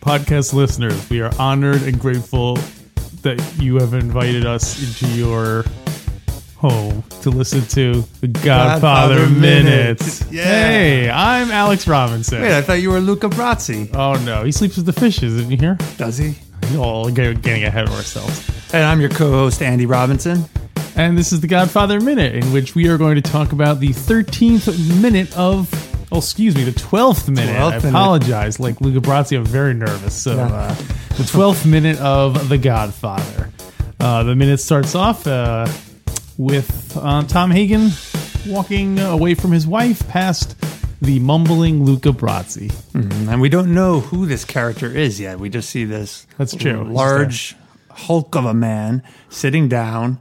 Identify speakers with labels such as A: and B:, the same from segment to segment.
A: podcast listeners, we are honored and grateful that you have invited us into your home to listen to the Godfather,
B: Godfather Minute.
A: Minutes.
B: Yeah.
A: Hey, I'm Alex Robinson.
B: Wait, I thought you were Luca Brazzi.
A: oh no, he sleeps with the fishes, didn't you hear?
B: Does he?
A: Oh, get- getting ahead of ourselves.
B: And I'm your co-host Andy Robinson.
A: And this is the Godfather Minute, in which we are going to talk about the 13th minute of. Oh, excuse me, the 12th minute.
B: 12th
A: I
B: minute.
A: apologize. Like Luca Brazzi, I'm very nervous. So,
B: Yeah.
A: uh, the 12th minute of The Godfather. Uh, the minute starts off uh, with um, Tom Hagen walking away from his wife past the mumbling Luca Brazzi.
B: And we don't know who this character is yet. We just see this
A: That's true.
B: large hulk of a man sitting down,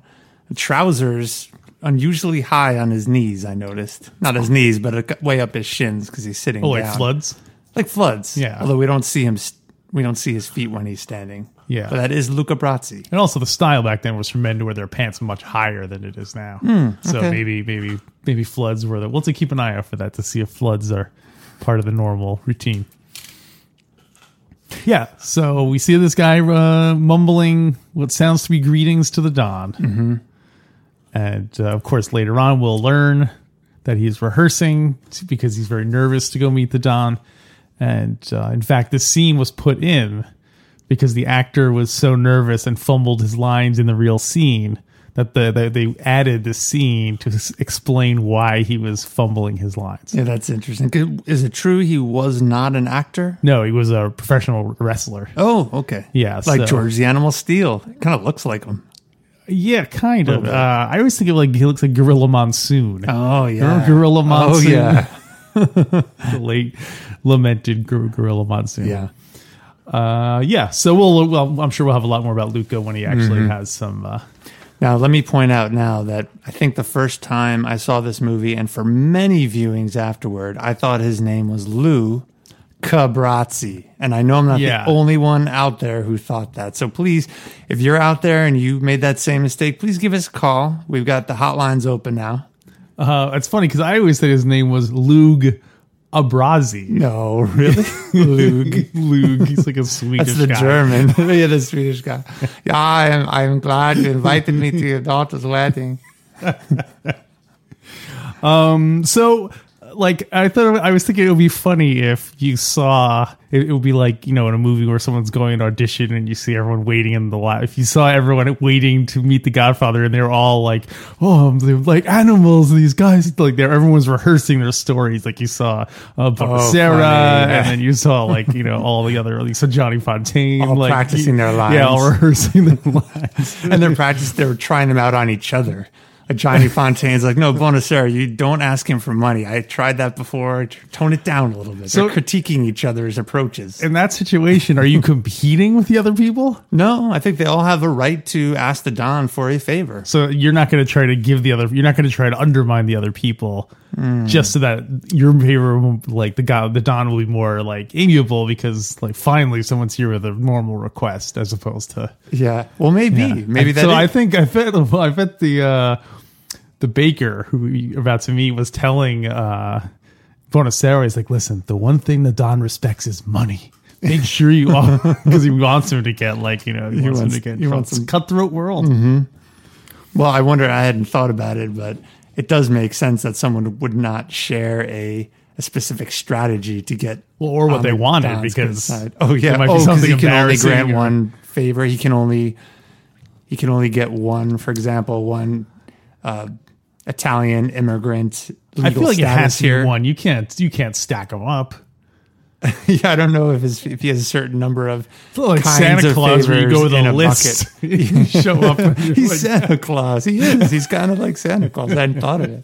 B: trousers unusually high on his knees, I noticed. Not his knees, but uh, way up his shins because he's sitting
A: Oh, like
B: down.
A: floods.
B: Like floods.
A: Yeah.
B: Although we don't see him st- we don't see his feet when he's standing.
A: Yeah.
B: But that is Luca Brazzi.
A: And also, the style back then was for men to wear their pants much higher than it is now. So
B: okay.
A: maybe, maybe, maybe floods were the. We'll have to keep an eye out for that to see if floods are part of the normal routine. Yeah. So we see this guy uh, mumbling what sounds to be greetings to the Don. Mm-hmm. And uh, of course, later on, we'll learn that he's rehearsing because he's very nervous to go meet the Don. And uh, in fact, this scene was put in because the actor was so nervous and fumbled his lines in the real scene that the, the they added this scene to s- explain why he was fumbling his lines.
B: Yeah, that's interesting. Could- Is it true he was not an actor?
A: No, he was a professional wrestler.
B: Oh, okay.
A: Yeah,
B: Like
A: so-
B: George the Animal Steel. Kind of looks like him.
A: Yeah, kind of.
B: Little
A: Uh,
B: bit.
A: I always think of like he looks like Gorilla Monsoon.
B: Oh, yeah.
A: Remember Gorilla Monsoon?
B: Oh, yeah.
A: the late lamented Gor- Gorilla Monsoon.
B: Yeah.
A: uh, yeah. So we'll, well, I'm sure we'll have a lot more about Luca when he actually has some. Uh,
B: Now, let me point out now that I think the first time I saw this movie, and for many viewings afterward, I thought his name was Lou Cabrazzi. And I know I'm not
A: Yeah.
B: the only one out there who thought that. So please, if you're out there and you made that same mistake, please give us a call. We've got the hotlines open now.
A: uh, it's funny because I always said his name was Lug Abrazi.
B: No, really?
A: Lug. Lug. He's like a Swedish
B: That's the
A: guy.
B: German. yeah, the Swedish guy. Yeah, I am, I am glad you invited me to your daughter's wedding.
A: So, like, I thought I was thinking it would be funny if you saw it, it would be like you know in a movie where someone's going to audition and you see everyone waiting in the lot. If you saw everyone waiting to meet the Godfather and they're all like, oh, um, they're like animals. These guys, like, they're everyone's rehearsing their stories. Like you saw uh, Sarah,
B: Oh, funny, yeah.
A: and then you saw like you know all the other like so Johnny Fontaine,
B: All
A: like,
B: practicing their lines.
A: yeah, all rehearsing their lines.
B: and they're practice they were trying them out on each other. Like Johnny Fontaine's like, no, Bonacera, you don't ask him for money. I tried that before. Tone it down a little bit.
A: So-
B: they're critiquing each other's approaches.
A: In that situation, are you competing with the other people?
B: no, I think they all have a right to ask the Don for a favor.
A: So you're not going to try to give the other. You're not going to try to undermine the other people, just so that your favor, like the guy, the Don, will be more like amiable because like finally someone's here with a normal request as opposed to
B: Yeah. Well, maybe. Maybe
A: And
B: that.
A: So
B: is-
A: I think I bet I bet the uh, the baker who we about to meet was telling uh, Bonacero, he's like, listen, the one thing the Don respects is money. Make sure you because he wants him to get like you know he, wants,
B: wants-
A: him to get
B: he wants
A: Trump's cutthroat world.
B: well, I wonder. I hadn't thought about it, but it does make sense that someone would not share a, a specific strategy to get
A: Well, or what
B: on
A: they
B: the
A: wanted,
B: Don's good
A: because
B: side. oh yeah,
A: there might be
B: oh, 'cause
A: something
B: he can only
A: embarrassing
B: grant
A: or-
B: one favor. He can only he can only get one. For example, one uh, Italian immigrant legal
A: I feel like it
B: status
A: has to
B: here.
A: be one. You can't you can't stack them up.
B: yeah, I don't know if his, if he has a certain number of
A: Like
B: kinds
A: Santa
B: of
A: Claus, where you
B: favors
A: go with
B: in
A: a,
B: a
A: list,
B: bucket.
A: you show up. and you're
B: He's
A: like-
B: Santa Claus. He is. He's kind of like Santa Claus. I hadn't thought of it.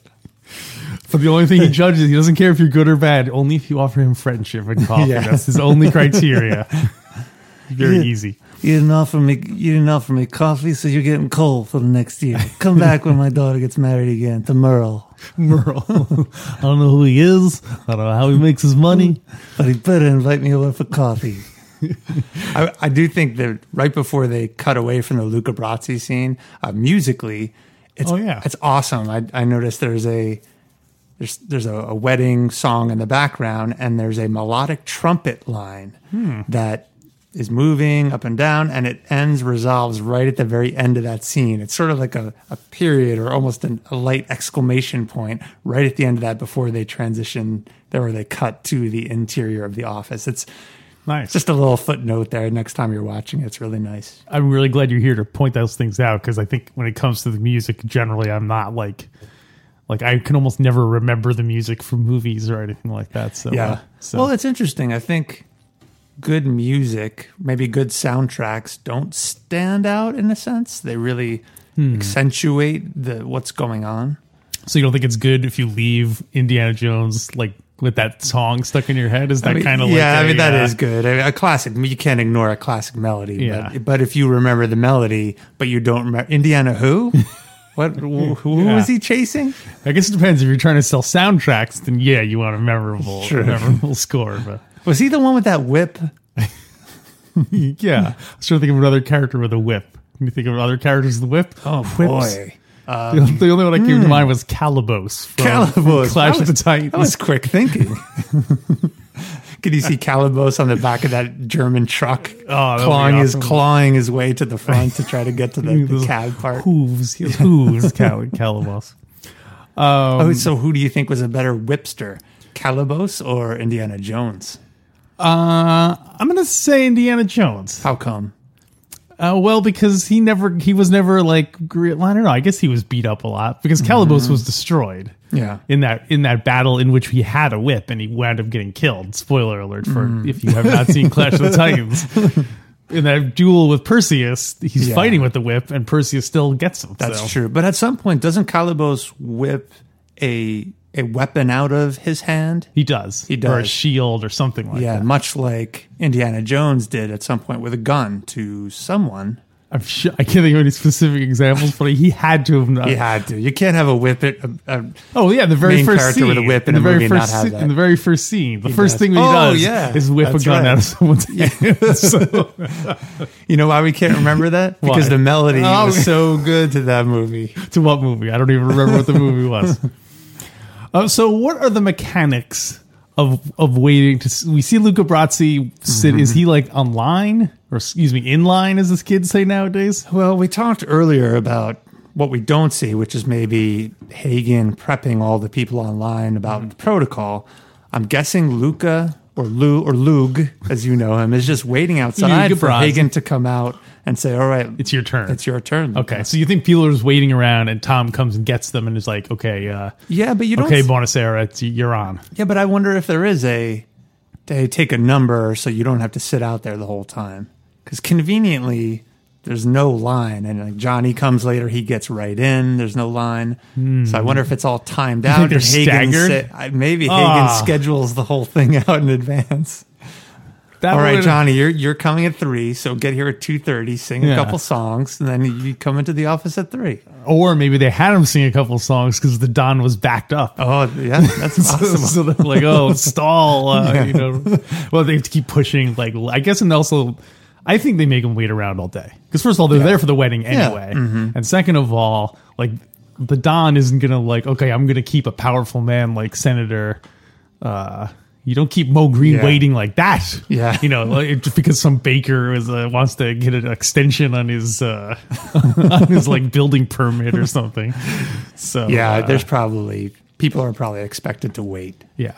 A: But the only thing he judges, he doesn't care if you're good or bad. Only if you offer him friendship and coffee.
B: Yeah.
A: That's his only criteria. Very easy.
B: You didn't offer me. You didn't offer me coffee, so you're getting coal for the next year. Come back when my daughter gets married again to Merle,
A: Merle. I don't know who he is. I don't know how he makes his money.
B: but he better invite me over for coffee. I, I do think that right before they cut away from the Luca Brazzi scene, uh, musically, it's
A: Oh, yeah.
B: it's awesome. I, I noticed there's a there's there's a, a wedding song in the background, and there's a melodic trumpet line that is moving up and down, and it ends resolves right at the very end of that scene. It's sort of like a, a period or almost an, a light exclamation point right at the end of that before they transition there or they cut to the interior of the office. It's
A: Nice.
B: just a little footnote there. Next time you're watching, it's really nice.
A: I'm really glad you're here to point those things out because I think when it comes to the music, generally, I'm not like, like I can almost never remember the music from movies or anything like that. So uh, so
B: Well, it's interesting. I think good music, maybe good soundtracks, don't stand out in a sense. They really
A: Hmm.
B: accentuate the what's going on.
A: so you don't think it's good if you leave Indiana Jones like with that song stuck in your head? Is that
B: I mean,
A: kind of
B: yeah.
A: Like
B: I mean, that is
A: uh,
B: good. I mean, a classic. You can't ignore a classic melody.
A: Yeah.
B: But, but if you remember the melody, but you don't remember Indiana who. What who, who
A: Yeah.
B: was he chasing?
A: I guess it depends if you're trying to sell soundtracks. Then yeah, you want a memorable,
B: Sure.
A: memorable score. But
B: Was he the one with that whip?
A: yeah, I was trying to think of another character with a whip. Can you think of other characters with a whip? Oh, Hmm.
B: Boy,
A: the only one that came to mind was Calabos. From,
B: Calabos.
A: from Clash
B: That
A: of the
B: was-
A: Titans.
B: That was quick thinking. Could you see Calabos on the back of that German truck,
A: Oh, that would be
B: clawing his
A: awesome.
B: clawing his way to the front to try to get to the, the cab part?
A: Hooves. He has hooves, Cal- Calabos. Um,
B: Oh, so who do you think was a better whipster, Calabos or Indiana Jones?
A: uh, I'm going to say Indiana Jones.
B: How come?
A: Uh, well, because he never, he was never like, gre- well, I don't know. I guess he was beat up a lot because Calabos was destroyed.
B: Mm-hmm. Yeah.
A: In that in that battle in which he had a whip and he wound up getting killed. Spoiler alert for
B: Mm.
A: if you have not seen Clash of the Titans. In that duel with Perseus, he's
B: Yeah.
A: fighting with the whip and Perseus still gets him.
B: That's
A: so.
B: true. But at some point, doesn't Calabos whip a a weapon out of his hand?
A: He does. He Or a
B: does.
A: shield or something like
B: Yeah,
A: that.
B: much like Indiana Jones did at some point with a gun to someone.
A: I'm sure, I can't think of any specific examples, but he had to have known.
B: You had to. You can't have a whip it. A, a,
A: Oh yeah, the very
B: Main
A: first
B: character
A: scene
B: with a whip in
A: the
B: a
A: very
B: movie
A: first
B: not have
A: se-
B: that.
A: in the very first scene. The first
B: does.
A: thing that he
B: Oh,
A: does
B: yeah.
A: is whip
B: That's
A: a gun
B: right.
A: out of someone's hand. So,
B: you know why we can't remember that? because the melody
A: Oh.
B: was so good to that movie.
A: to what movie? I don't even remember what the movie was. Uh, so what are the mechanics of of waiting to? s- We see Luca Brazzi sit.
B: Mm-hmm.
A: Is he like online or excuse me, in line as his kids say nowadays?
B: Well, we talked earlier about what we don't see, which is maybe Hagen prepping all the people online about the protocol. I'm guessing Luca or Lou or Lug, as you know him, is just waiting outside
A: Luca
B: for
A: Brasi.
B: Hagen to come out and say, "All right,
A: It's your turn.
B: it's your turn." Luca."
A: Okay, so you think Peeler is waiting around, and Tom comes and gets them, and is like, "Okay, uh,
B: Yeah, but you don't.
A: okay, Bonacera, it's, you're on."
B: yeah, but I wonder if there is a they take a number so you don't have to sit out there the whole time. Because conveniently, there's no line, and like Johnny comes later, he gets right in. There's no line, so I wonder if it's all timed out.
A: they're
B: or Hagen
A: staggered?
B: sit- I- maybe
A: Ah.
B: Hagen schedules the whole thing out in advance.
A: That
B: All right,
A: would-
B: Johnny, you're you're coming at three, so get here at two thirty, sing
A: Yeah.
B: a couple songs, and then you come into the office at three.
A: Or maybe they had him sing a couple songs because the Don was backed up.
B: Oh, yeah, that's
A: So,
B: awesome.
A: so they're like, oh, stall. Uh, You know, well, they have to keep pushing. Like, I guess, and also, I think they make him wait around all day because first of all, they're there for the wedding anyway,
B: Mm-hmm.
A: and second of all, like the Don isn't gonna like, okay, I'm gonna keep a powerful man like Senator. Uh, you don't keep Mo Green
B: Yeah.
A: waiting like that.
B: Yeah.
A: you know, like, just because some baker is, uh, wants to get an extension on his uh, on his like building permit or something. So
B: Yeah,
A: uh,
B: there's probably people are probably expected to wait.
A: yeah.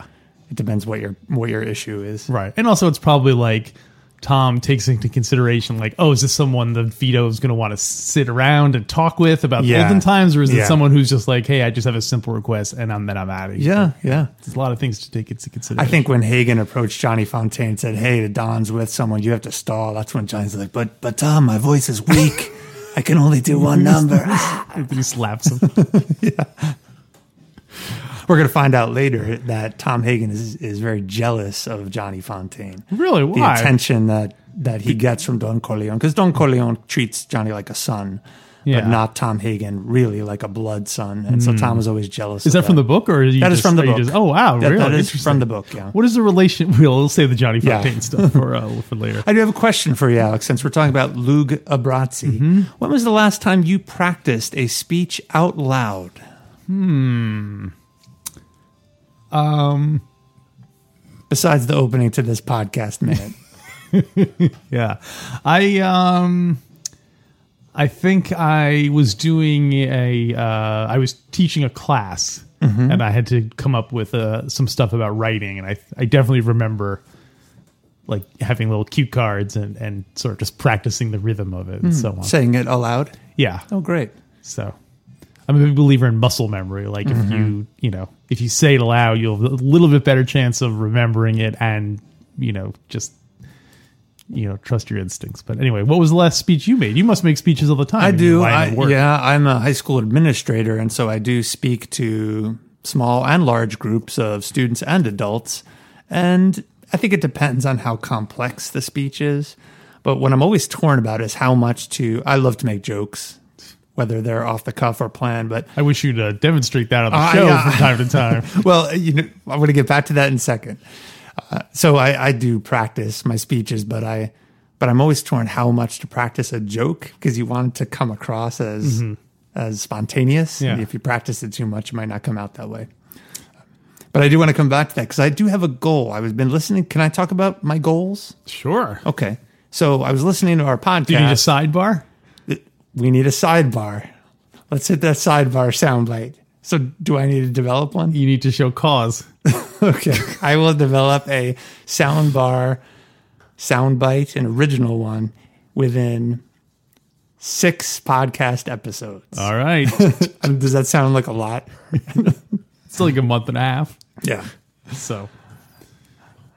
B: It depends what your what your issue is.
A: Right. And also, it's probably like Tom takes into consideration, like, oh, is this someone the veto is going to want to sit around and talk with about the
B: Yeah.
A: olden times, or is it
B: Yeah.
A: someone who's just like, hey, I just have a simple request and I'm then I'm out of here.
B: Yeah, yeah.
A: There's a lot of things to take into
B: I
A: consideration.
B: think when Hagen approached Johnny Fontaine and said, "Hey, the Don's with someone. You have to stall." That's when Johnny's like, "But, but Tom, my voice is weak. I can only do one number."
A: think he slaps him.
B: We're gonna find out later that Tom Hagen is is very jealous of Johnny Fontaine.
A: really?
B: The
A: Why?
B: attention that that he gets from Don Corleone because Don Corleone treats Johnny like a son,
A: Yeah. Hmm.
B: but not Tom Hagen really like a blood son. And so Tom was always jealous.
A: Is that from the book, or are you
B: That is
A: just-
B: from the
A: are you
B: book.
A: just- oh wow,
B: That-
A: really?
B: that is
A: Interesting.
B: from the book. Yeah.
A: What is the relation? We'll save the Johnny
B: Yeah.
A: Fontaine stuff for uh, for later.
B: I do have a question for you, Alex. Since we're talking about Lug Abrazzi, when was the last time you practiced a speech out loud? Hmm. Um. Besides the opening to this podcast minute,
A: yeah i um i think i was doing a uh i was teaching a class and i had to come up with uh some stuff about writing and i i definitely remember like having little cue cards and and sort of just practicing the rhythm of it and so on
B: saying it aloud.
A: yeah
B: Oh, great.
A: so i'm a big believer in muscle memory like if
B: Mm-hmm.
A: you you know if you say it aloud you'll have a little bit better chance of remembering it and you know just you know trust your instincts but anyway what was the last speech you made you must make speeches all the time
B: I
A: in your
B: do.
A: line
B: I,
A: of work.
B: yeah, I'm a high school administrator, and so I do speak to small and large groups of students and adults. And I think it depends on how complex the speech is. But what I'm always torn about is how much to. I love to make jokes, whether they're off the cuff or planned. But
A: i wish you'd uh, demonstrate that on the
B: I,
A: show
B: uh,
A: from time to time
B: well, uh, you know, I'm going to get back to that in a second. Uh, so I, I do practice my speeches, but I, but I'm always torn how much to practice a joke because you want it to come across as as spontaneous.
A: Mm-hmm. Yeah.
B: If you practice it too much, it might not come out that way. But I do want to come back to that because I do have a goal. I was been listening. Can I talk about my goals?
A: sure
B: Okay. So I was listening to our podcast.
A: do Oh, you need a sidebar
B: we need a sidebar. Let's hit that sidebar soundbite. So do I need to develop one?
A: you need to show cause
B: Okay. I will develop a sound bar, sound bite, an original one within six podcast episodes.
A: all right
B: Um, Does that sound like a lot?
A: it's like a month and a half
B: Yeah.
A: so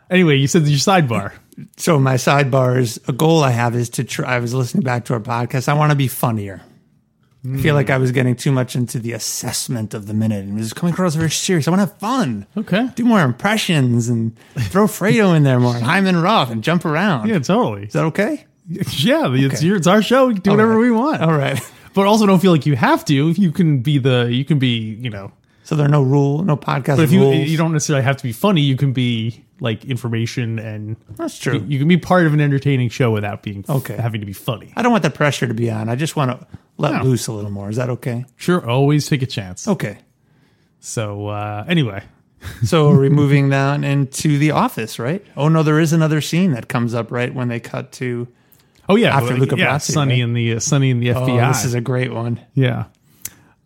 A: anyway you said your sidebar
B: So my sidebars, a goal I have is to try I was listening back to our podcast. I want to be funnier. I feel like I was getting too much into the assessment of the minute and it was coming across very serious. I want to have fun.
A: okay
B: Do more impressions and throw Fredo in there more and Hyman Roth and jump around.
A: yeah totally
B: Is that okay?
A: Yeah, it's your, it's our show. We can do whatever
B: right.
A: we want.
B: All right.
A: But also, don't feel like you have to. If you can be the, you can be, you know.
B: So there are no rule, no podcast
A: But if you
B: rules.
A: you don't necessarily have to be funny, you can be like information and
B: That's
A: you,
B: true.
A: you can be part of an entertaining show without being
B: Okay.
A: having to be funny.
B: I don't want the pressure to be on. I just want to let
A: No.
B: loose a little more. Is that okay?
A: Sure, always take a chance.
B: Okay.
A: So uh, anyway,
B: So are we moving down into the office, right? Oh no, there is another scene that comes up right when they cut to.
A: oh yeah,
B: After Luca
A: yeah,
B: Brasi,
A: Sunny
B: right?
A: and the uh, Sunny and the
B: Oh,
A: FBI.
B: this is a great one.
A: yeah.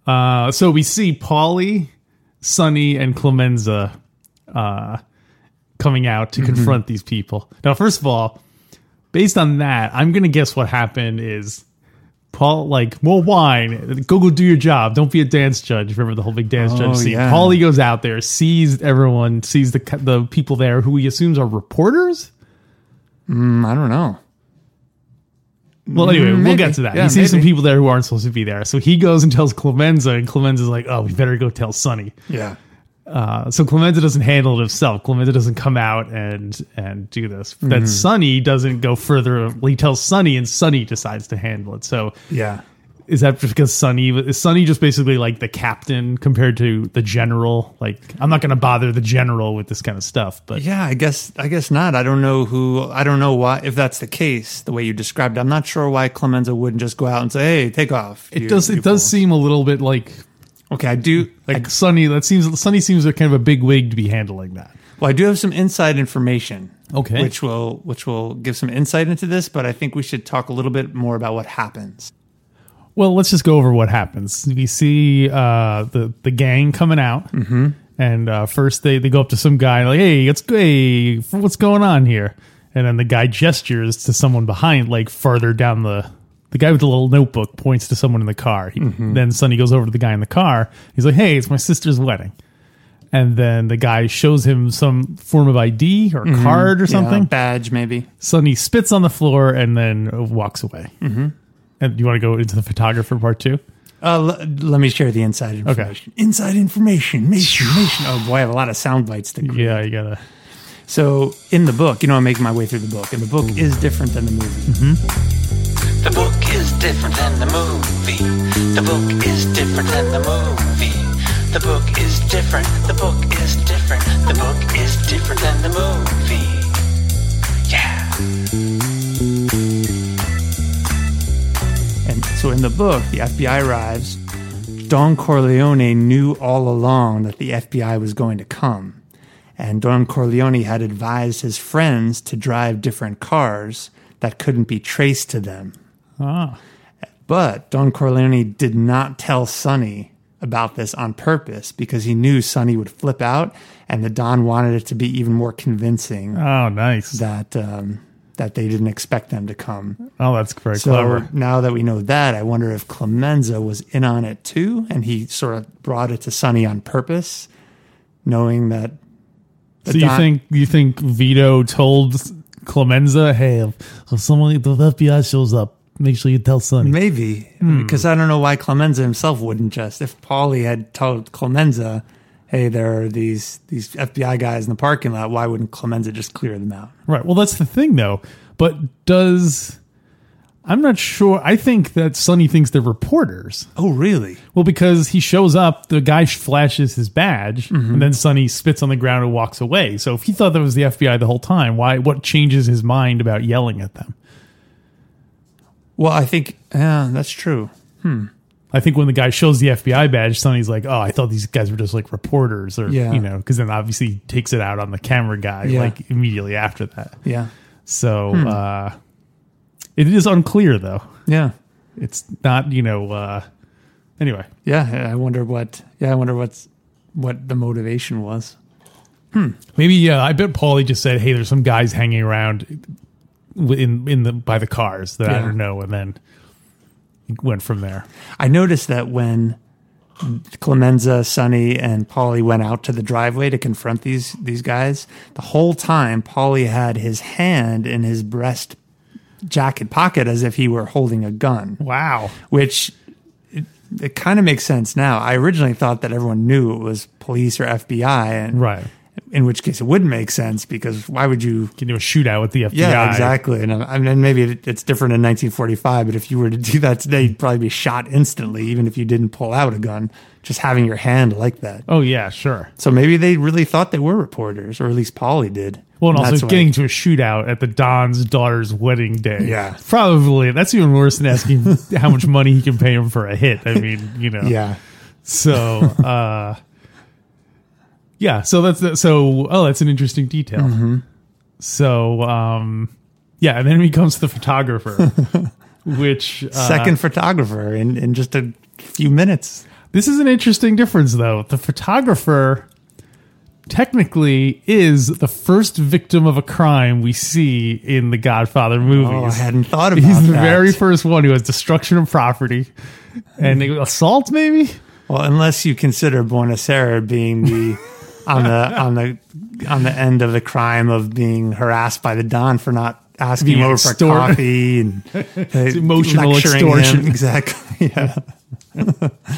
A: Uh, so we see Polly, Sunny, and Clemenza uh, coming out
B: Mm-hmm.
A: to confront these people. Now, first of all, based on that, I'm gonna guess what happened is Paul like more wine. Go go do your job. Don't be a dance judge. Remember the whole big dance
B: Oh,
A: judge scene.
B: yeah.
A: Paulie goes out there, sees everyone, sees the cu- the people there who he assumes are reporters.
B: Mm, I don't know.
A: Well, anyway, we'll
B: maybe.
A: get to that.
B: Yeah,
A: he sees some
B: maybe.
A: people there who aren't supposed to be there, so he goes and tells Clemenza, and Clemenza's like, "Oh, we better go tell Sonny."
B: Yeah.
A: Uh, so Clemenza doesn't handle it himself. Clemenza doesn't come out and and do this. Then Sonny doesn't go further. He tells Sonny, and Sonny decides to handle it. So
B: Yeah.
A: is that just because Sonny is Sonny just basically like the captain compared to the general? Like I'm not going to bother the general with this kind of stuff, but
B: Yeah, I guess I guess not. I don't know who I don't know why if that's the case, the way you described. it. I'm not sure why Clemenza wouldn't just go out and say, "Hey, take off."
A: it does it does seem a little bit like
B: Okay, I do
A: like Sonny. That seems Sonny seems like kind of a big wig to be handling that.
B: Well, I do have some inside information.
A: Okay.
B: Which will which will give some insight into this, but I think we should talk a little bit more about what happens.
A: Well, let's just go over what happens. We see uh, the the gang coming out, and uh, first they, they go up to some guy like, "Hey, it's hey, what's going on here?" And then the guy gestures to someone behind, like farther down the the guy with the little notebook points to someone in the car. He, Then Sonny goes over to the guy in the car. He's like, "Hey, it's my sister's wedding," and then the guy shows him some form of ID or card or something.
B: Yeah, badge maybe.
A: Sonny spits on the floor and then walks away. Mm-hmm. And you want to go into the photographer part too?
B: Uh, l- let me share the inside information. Inside information, information, information. Oh boy, I have a lot of sound bites. To
A: Yeah, you gotta.
B: So in the book, you know, I'm making my way through the book, and the book is different than the movie.
C: The book is different than the movie. The book is different than the movie. The book is different. The book is different. The book is different than the movie. Yeah.
B: And so in the book, the FBI arrives. Don Corleone knew all along that the FBI was going to come. And Don Corleone had advised his friends to drive different cars that couldn't be traced to them.
A: Ah,
B: But Don Corleone did not tell Sonny about this on purpose because he knew Sonny would flip out, and the Don wanted it to be even more convincing
A: oh, nice.
B: that um, that they didn't expect them to come.
A: oh, that's very
B: So uh,
A: clever.
B: now that we know that, I wonder if Clemenza was in on it too, and he sort of brought it to Sonny on purpose, knowing that. the
A: So you
B: Don-
A: think you think Vito told Clemenza, "Hey, if, if someone if the FBI shows up, make sure you tell Sonny."
B: Maybe
A: Hmm.
B: because I don't know why Clemenza himself wouldn't just. If Paulie had told Clemenza, "Hey, there are these these FBI guys in the parking lot," why wouldn't Clemenza just clear them out?
A: Right. Well, that's the thing, though. But does I'm not sure. I think that Sonny thinks they're reporters.
B: Oh, really?
A: Well, because he shows up, the guy flashes his badge,
B: Mm-hmm.
A: and then Sonny spits on the ground and walks away. So if he thought that was the FBI the whole time, why? What changes his mind about yelling at them?
B: Well, I think yeah, that's true.
A: I think when the guy shows the FBI badge, Sonny's like, "Oh, I thought these guys were just like reporters, or
B: Yeah.
A: you know," because then obviously he takes it out on the camera guy
B: Yeah.
A: like immediately after that.
B: Yeah,
A: So uh, it is unclear, though.
B: yeah,
A: It's not, you know. Uh, anyway,
B: yeah. I wonder what. Yeah, I wonder what's what the motivation was.
A: Maybe uh, I bet Paulie just said, "Hey, there's some guys hanging around in in the by the cars that I
B: Yeah.
A: don't know," and then went from there.
B: I noticed that when Clemenza, Sonny, and Polly went out to the driveway to confront these these guys, the whole time Polly had his hand in his breast jacket pocket as if he were holding a gun,
A: Wow.
B: which it, it kind of makes sense now. I originally thought that everyone knew it was police or FBI, and
A: Right.
B: in which case it would make sense because why would you
A: Can do a shootout with the FBI.
B: yeah, exactly. And uh, I mean, maybe it, it's different in 1945, but if you were to do that today, you'd probably be shot instantly, even if you didn't pull out a gun, just having your hand like that.
A: Oh yeah, sure.
B: So maybe they really thought they were reporters, or at least Paulie did.
A: Well, and also
B: That's why-
A: getting to a shootout at the Don's daughter's wedding day.
B: Yeah.
A: Probably that's even worse than asking how much money he can pay him for a hit. I mean, you know.
B: Yeah.
A: So, uh, yeah. So that's the, so. Oh, that's an interesting detail.
B: Mm-hmm.
A: So, um, yeah, and then he becomes the photographer, which uh,
B: Second photographer in, in just a few minutes.
A: This is an interesting difference, though. The photographer technically is the first victim of a crime we see in the Godfather movies.
B: Oh, I hadn't thought about
A: He's the
B: that.
A: very first one who has destruction of property and assault, maybe.
B: well, unless you consider Buenos Aires being the. on the on the on the end of the crime of being harassed by the don for not asking him
A: Being
B: over for
A: extort-
B: coffee and it's
A: emotional extortion.
B: exactly yeah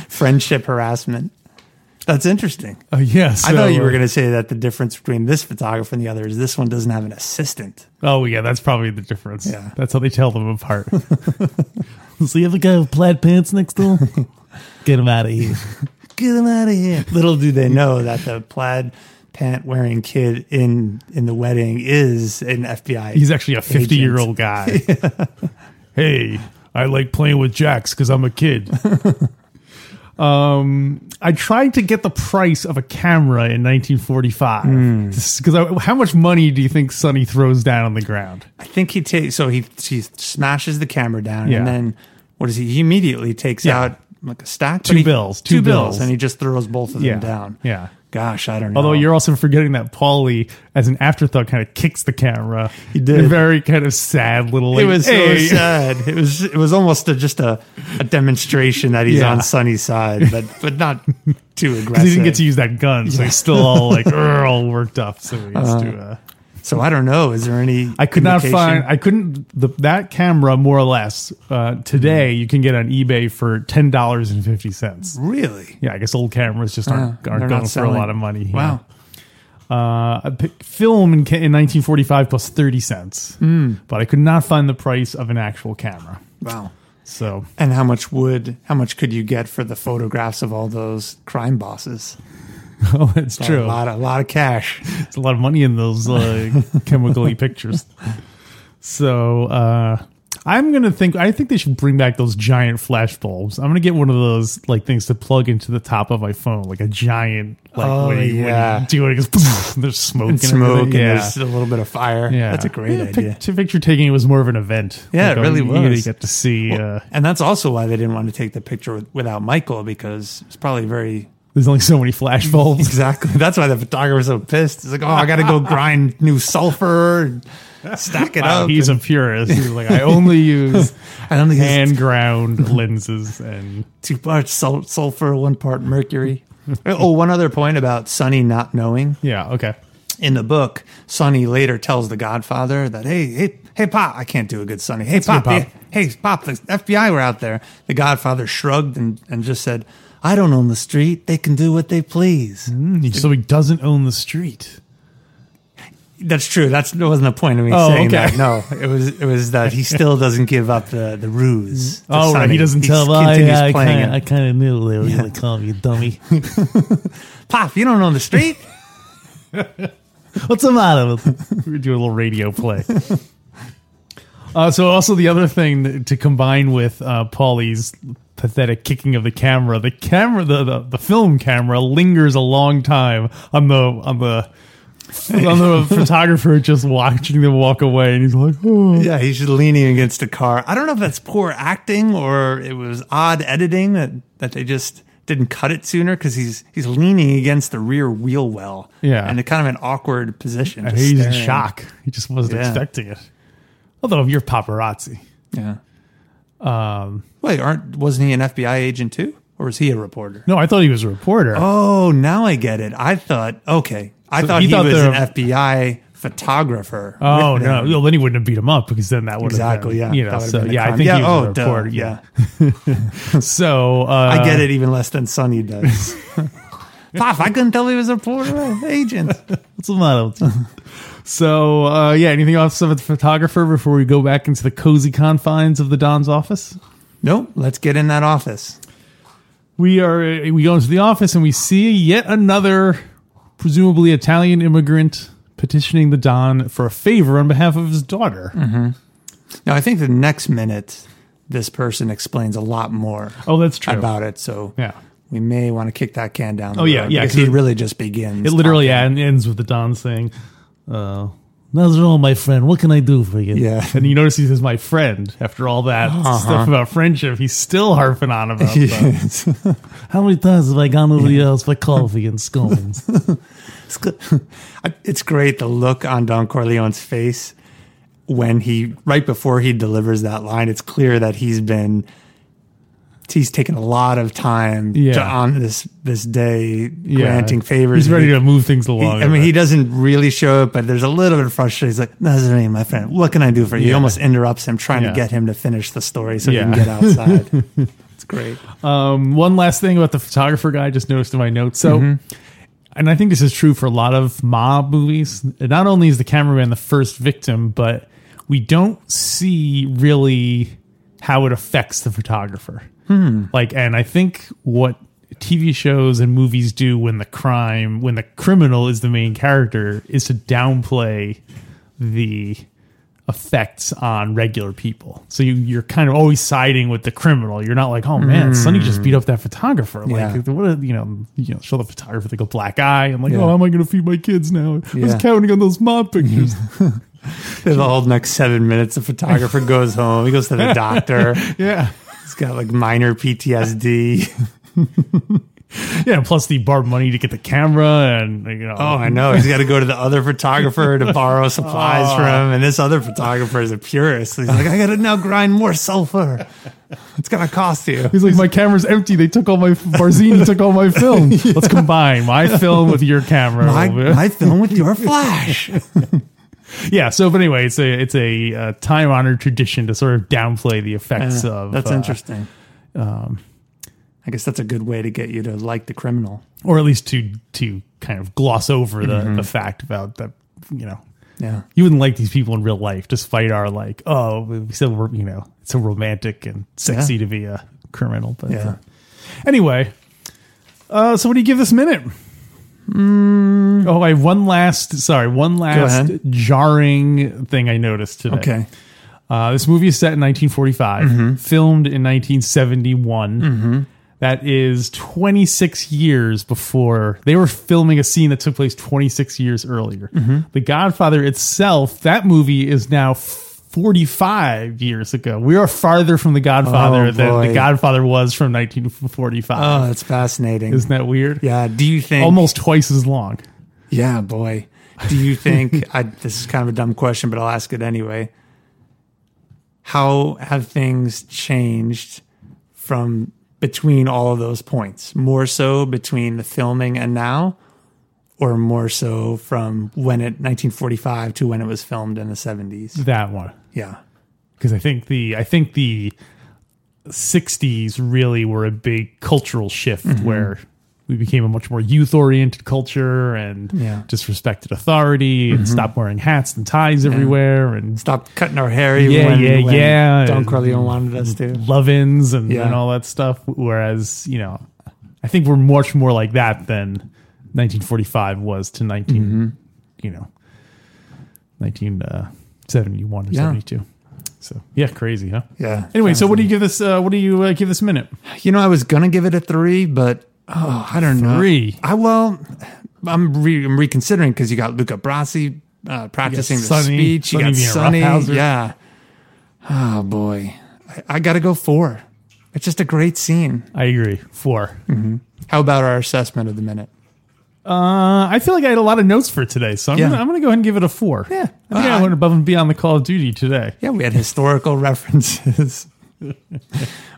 B: friendship harassment that's interesting
A: Oh, yes.
B: i thought you were going to say that the difference between this photographer and the other is this one doesn't have an assistant
A: Oh yeah, that's probably the difference.
B: Yeah.
A: That's how they tell them apart. so you have a guy with plaid pants next door? Get him out of here.
B: get him out of here little do they know that the plaid pant wearing kid in in the wedding is an fbi
A: He's actually a fifty year old guy. hey, I like playing with jacks because I'm a kid. um I tried to get the price of a camera in 1945 because how much money do you think Sonny throws down on the ground?
B: I think he takes so he he smashes the camera down
A: Yeah.
B: and then what is he? He immediately takes
A: Yeah.
B: out like a stack,
A: Two
B: but he-
A: bills,
B: two,
A: two
B: bills,
A: bills.
B: and he just throws both of
A: Yeah,
B: them down.
A: yeah.
B: Gosh, I don't know.
A: Although you're also forgetting that Paulie, as an afterthought, kind of kicks the camera. He
B: did.
A: very kind of sad little. Like,
B: it was
A: "Hey."
B: so sad. It was it was almost a, just a, a demonstration that he's
A: Yeah.
B: on Sunny's side, but but not too aggressive.
A: He didn't get to use that gun, so he's still all like "Urgh," all worked up. So he's to. Uh,
B: so I don't know. Is there any?
A: I could not
B: indication?
A: find. I couldn't. The, that camera, more or less, uh, today
B: Hmm.
A: you can get on eBay for ten dollars and fifty cents.
B: really.
A: Yeah, I guess old cameras just
B: Uh,
A: aren't,
B: they're
A: aren't
B: not
A: going for a
B: selling.
A: lot of money.
B: Wow.
A: Yeah. Uh, a pic- film in, ca- in 1945 cost 30 cents,
B: Hmm.
A: but I could not find the price of an actual camera.
B: Wow.
A: So
B: And how much would how much could you get for the photographs of all those crime bosses?
A: oh, that's true.
B: A lot, a lot of cash.
A: It's a lot of money in those uh, chemically pictures. So uh, I'm gonna think. I think they should bring back those giant flash bulbs. I'm gonna get one of those like things to plug into the top of my phone, like a giant like
B: Oh,
A: when, you, when
B: yeah.
A: you do it, it goes, there's smoke, and
B: Smoke
A: everything.
B: and
A: yeah.
B: there's a little bit of fire.
A: yeah,
B: That's a great
A: Yeah, pic-
B: idea.
A: To picture taking it was more of an event. um,
B: Yeah, it really
A: you really
B: was.
A: get to see. uh,
B: And that's also why they didn't want to take the picture with, without Michael because it's probably very
A: there's only so many flash bulbs.
B: exactly. That's why the photographer's so pissed. He's like, "Oh, I got to go grind new sulfur, and stack it
A: Wow,
B: up."
A: he's a purist. He's like, I only use
B: I don't think it's
A: hand ground lenses and
B: two parts sul- sulfur, one part mercury. oh, one other point about Sonny not knowing.
A: yeah. Okay.
B: in the book, Sonny later tells the Godfather that, hey, hey, hey, Pop, I can't do a good Sonny. Hey, Pop,
A: Pop.
B: yeah, hey, Pop, the FBI were out there. The Godfather shrugged and, and just said, I don't own the street. They can do what they please.
A: So he doesn't own the street.
B: That's true. That's, that wasn't the point of me
A: Oh,
B: saying
A: okay.
B: that. No, it was it was that he still doesn't give up the, the ruse. to
A: Oh, right.
B: Sonny.
A: He doesn't
B: He
A: tell.
B: s-
A: Well, I,
B: continues
A: I,
B: playing
A: kinda, I
B: it.
A: kind of knew they were going to call you dummy.
B: Pop, you don't own the street.
A: What's the matter? with- we do a little radio play. Uh, so also the other thing that- to combine with uh, Paulie's pathetic kicking of the camera, the camera, the, the the film camera lingers a long time on the on the. on the photographer just watching them walk away, and he's like, "Oh,
B: Yeah, he's just leaning against a car. I don't know if that's poor acting or it was odd editing that, that they just didn't cut it sooner because he's he's leaning against the rear wheel well.
A: Yeah.
B: and kind of an awkward position. just
A: he's in
B: staring.
A: shock. He just wasn't
B: Yeah.
A: expecting it." Although you're paparazzi,
B: Yeah. Um. Wait, aren't wasn't he an FBI agent too, or was he a reporter?
A: no, I thought he was a reporter.
B: Oh, now I get it. I thought okay. I
A: So
B: thought
A: he
B: he,
A: thought
B: was
A: the-
B: an FBI photographer.
A: Oh
B: with
A: no!
B: them.
A: Well, then he wouldn't have beat him up because then that would
B: Exactly. Yeah.
A: Have been, You know.
B: That would've
A: So
B: been a
A: yeah, I
B: crime.
A: think he was
B: oh,
A: a
B: duh,
A: reporter.
B: yeah.
A: Yeah. So uh,
B: I get it even less than Sonny does. Pop, I couldn't tell he was a reporter agent.
A: What's the matter? so uh, yeah. Anything else about the photographer before we go back into the cozy confines of the Don's office?
B: Nope, let's get in that office.
A: We are. uh, We go into the office and we see yet another presumably Italian immigrant petitioning the Don for a favor on behalf of his daughter.
B: Hmm. Now, I think the next minute, this person explains a lot more
A: Oh, that's true.
B: about it. So
A: Yeah.
B: we may want to kick that can down the
A: Oh, yeah,
B: road
A: yeah,
B: Because
A: 'cause
B: he
A: it-
B: really just begins.
A: It literally end, ends with the Don saying, uh, Nazarone, my friend, what can I do for you?
B: Yeah.
A: And you notice he says, my friend, after all that stuff about friendship, he's still harping on about that.
B: Yes.
A: How many times have I gone over the house for coffee and scones?
B: It's good. I- it's great the look on Don Corleone's face when he right before he delivers that line. It's clear that he's been he's taken a lot of time
A: Yeah.
B: to, on this this day
A: Yeah.
B: granting favors.
A: He's ready
B: He-
A: to move things
B: he-
A: along.
B: I mean, he doesn't really show it, but there's a little bit of frustration. He's like, Nazarene, my friend, what can I do for you? He
A: Yeah.
B: almost interrupts him trying
A: Yeah.
B: to get him to finish the story so
A: Yeah.
B: he can get outside. it's great.
A: Um, one last thing about the photographer guy I just noticed in my notes. So, and I think this is true for a lot of mob movies. Not only is the cameraman the first victim, but we don't see really how it affects the photographer. Like, and I think what TV shows and movies do when the crime, when the criminal is the main character, is to downplay the effects on regular people. So you, you're kind of always siding with the criminal. You're not like, oh man, Sonny just beat up that photographer. Like,
B: Yeah.
A: what? A, you know, you know, show the photographer like a black eye. I'm like,
B: Yeah.
A: oh, how am I going to feed my kids now? I was
B: Yeah.
A: counting on those mob pictures.
B: The whole next seven minutes, the photographer goes home. He goes to the doctor.
A: yeah,
B: He's got like minor PTSD.
A: yeah. Plus, they borrowed money to get the camera, and you know,
B: Oh, I know. He's got to go to the other photographer to borrow supplies
A: Oh.
B: from him. And this other photographer is a purist. He's like, I got to now grind more sulfur. It's going to cost you.
A: He's like, my camera's empty. They took all my Barzini took all my film. Let's combine my film with your camera.
B: I, I film with your flash.
A: yeah. So, but anyway, it's a it's a uh, time honored tradition to sort of uh, downplay the effects of
B: That's
A: uh,
B: interesting. Um, I guess that's a good way to get you to like the criminal.
A: or at least to to kind of gloss over the, the fact about that you know
B: Yeah.
A: you wouldn't like these people in real life despite our like oh we said we're you know it's so romantic and sexy
B: Yeah.
A: to be a criminal but
B: Yeah.
A: uh, anyway uh so what do you give this minute oh i have one last sorry one last
B: ahead.
A: jarring thing i noticed today
B: Okay.
A: uh, this movie is set in 1945,
B: Mm-hmm.
A: filmed in 1971. That is 26 years before they were filming a scene that took place 26 years earlier.
B: Mm-hmm.
A: The Godfather itself, that movie is now 45 years ago. We are farther from The Godfather
B: Oh,
A: than The
B: boy.
A: Godfather was from 1945.
B: Oh, that's fascinating.
A: Isn't that weird?
B: Yeah. Do you think
A: Almost twice as long.
B: Yeah, boy. Do you think I this is kind of a dumb question, but I'll ask it anyway. How have things changed from between all of those points? More so between the filming and now or more so from when it 1945 to when it was filmed in the 70s?
A: That one.
B: Yeah.
A: because I think the I think the '60s really were a big cultural shift
B: Mm-hmm.
A: where we became a much more youth-oriented culture and
B: Yeah. Mm-hmm.
A: disrespected authority and stopped wearing hats and ties everywhere and
B: Stop cutting our hair even
A: Yeah,
B: when,
A: yeah,
B: when
A: yeah. Mm-hmm.
B: Don Corleone wanted us to.
A: love-ins and,
B: Yeah.
A: and all that stuff. Whereas you know, I think we're much more like that than 1945 was to 19,
B: Mm-hmm.
A: you know, 1971 or
B: Yeah.
A: 72. So yeah, crazy, huh?
B: Yeah.
A: Anyway, so what do you give this? Uh, what do you uh, give this minute?
B: You know, I was gonna give it a three, but oh, I don't know.
A: Three.
B: I well, I'm, re- I'm reconsidering because you got Luca Brasi uh, practicing the
A: Sonny-
B: speech. You
A: Sonny
B: got
A: being a
B: Sonny.
A: roughhouser.
B: Yeah. Oh boy, I, I gotta go four. It's just a great scene.
A: I agree. 4
B: How about our assessment of the minute?
A: Uh, I feel like I had a lot of notes for today, so I'm
B: Yeah.
A: gonna I'm gonna go ahead and give it a four.
B: Yeah.
A: I think
B: Uh,
A: I went above and beyond the Call of Duty today.
B: Yeah, we had historical references.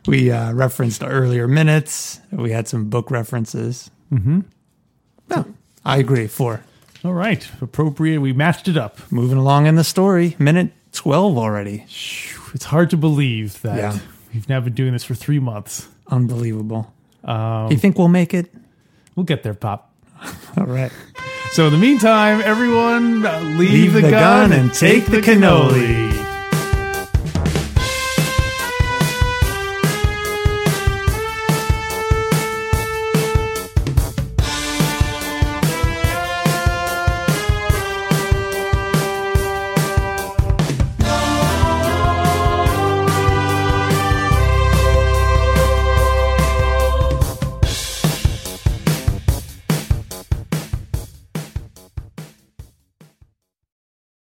B: we uh, referenced earlier minutes. We had some book references. Mm-hmm. No, I agree. Four.
A: All right, appropriate. We matched it up.
B: Moving along in the story. Minute twelve already.
A: It's hard to believe that
B: Yeah.
A: we've now been doing this for three months.
B: Unbelievable. you think we'll make it?
A: We'll get there, pop.
B: Um, All right.
A: So in the meantime, everyone, uh, leave,
B: Leave
A: the, gun, and take the cannoli.